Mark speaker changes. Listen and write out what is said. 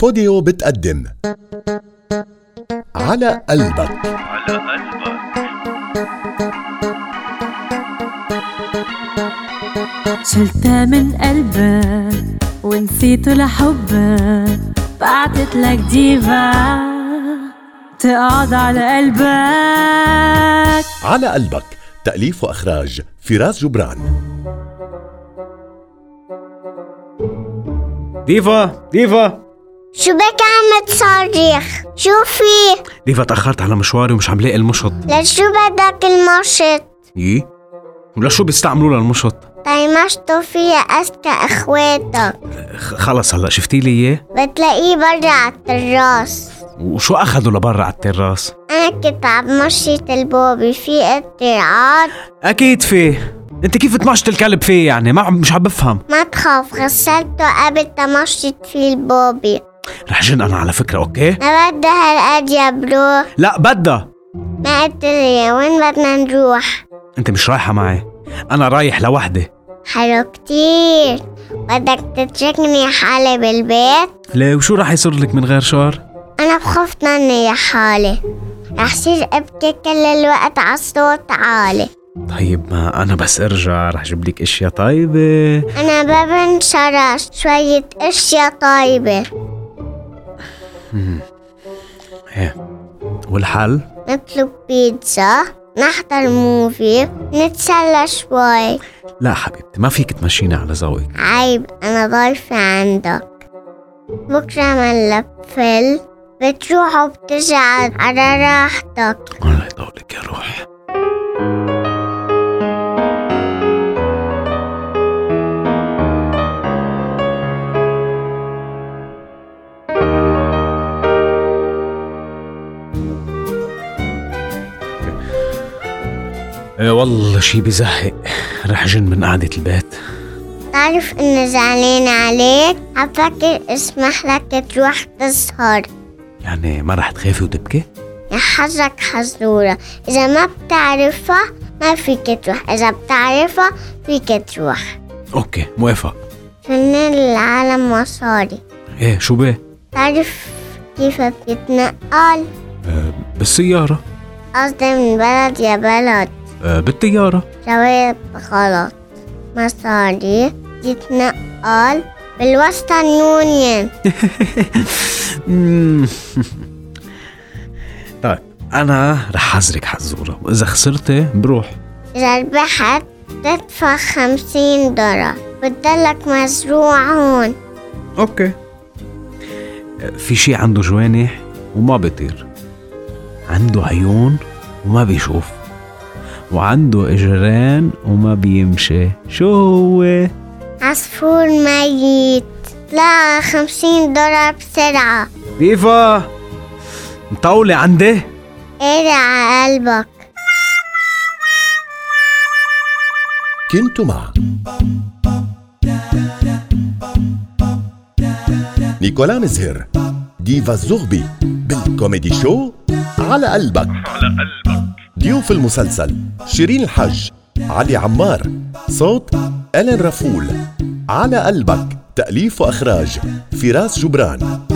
Speaker 1: بوديو بتقدم على قلبك
Speaker 2: على قلبك
Speaker 3: شلته من قلبك ونسيته لحبك بعتت لك ديفا تقعد على قلبك
Speaker 1: على قلبك تأليف وإخراج فراس جبران
Speaker 4: ديفا ديفا
Speaker 5: شو بك عم تصرخ؟ شو في؟
Speaker 4: ديفا تأخرت على مشواري ومش عم لاقي المشط
Speaker 5: لشو بدك المشط؟
Speaker 4: يي ولشو بيستعملوا للمشط؟
Speaker 5: طيمشطوا فيها أذكى إخواتك
Speaker 4: خ- خلص هلا شفتي لي اياه؟
Speaker 5: بتلاقيه برا على التراس
Speaker 4: وشو اخذوا لبرا على التراس؟
Speaker 5: أنا كنت عم مشيت البوبي في اضطراب
Speaker 4: اكيد فيه انت كيف تمشط الكلب فيه يعني ما عم مش عم بفهم
Speaker 5: ما تخاف غسلته قبل تمشيت فيه البوبي
Speaker 4: رح جن انا على فكره اوكي؟
Speaker 5: ما بدها هالقد يا برو
Speaker 4: لا بدها
Speaker 5: ما قلت لي وين بدنا نروح؟
Speaker 4: انت مش رايحه معي انا رايح لوحدي
Speaker 5: حلو كتير بدك تتركني حالي بالبيت؟
Speaker 4: ليه وشو رح يصير لك من غير شعر؟
Speaker 5: أنا بخاف مني يا حالي رح صير أبكي كل الوقت على صوت عالي
Speaker 4: طيب ما انا بس ارجع رح جيب لك اشياء طيبه
Speaker 5: أنا ما بنشرش شوية أشياء طيبة
Speaker 4: ايه والحل؟
Speaker 5: نطلب بيتزا نحضر موفي نتسلى شوي
Speaker 4: لا حبيبتي ما فيك تمشيني على ذوقك
Speaker 5: عيب أنا ضايفة عندك بكرة من لفل بتروح وبترجع على راحتك
Speaker 4: الله يطولك يا روح إيه والله شي بزهق رح جن من قعدة البيت
Speaker 5: تعرف إني زعلانة عليك عفكر اسمح لك تروح تسهر
Speaker 4: يعني ما رح تخافي وتبكي؟
Speaker 5: يا حظك حزورة إذا ما بتعرفها ما فيك تروح إذا بتعرفها فيك تروح
Speaker 4: اوكي موافق
Speaker 5: فنان العالم مصاري
Speaker 4: ايه شو بيه؟
Speaker 5: تعرف كيف بتتنقل
Speaker 4: بالسيارة
Speaker 5: قصدي من بلد يا بلد
Speaker 4: آه، بالطيارة
Speaker 5: جواب غلط مصاري تتنقل بالوسترن يونيون
Speaker 4: مم. طيب انا رح حذرك حزوره واذا خسرتي بروح
Speaker 5: إذا ربحت تدفع خمسين دولار بتضلك مزروع هون
Speaker 4: اوكي في شي عنده جوانح وما بيطير عنده عيون وما بيشوف وعنده اجران وما بيمشي شو هو
Speaker 5: عصفور ميت لا خمسين دولار بسرعة
Speaker 4: ديفا مطولة عندي
Speaker 5: ايه على قلبك
Speaker 1: كنت مع نيكولا مزهر ديفا الزغبي بالكوميدي شو على قلبك
Speaker 2: على قلبك
Speaker 1: ضيوف المسلسل شيرين الحج علي عمار صوت ألين رفول على قلبك تأليف وإخراج فراس جبران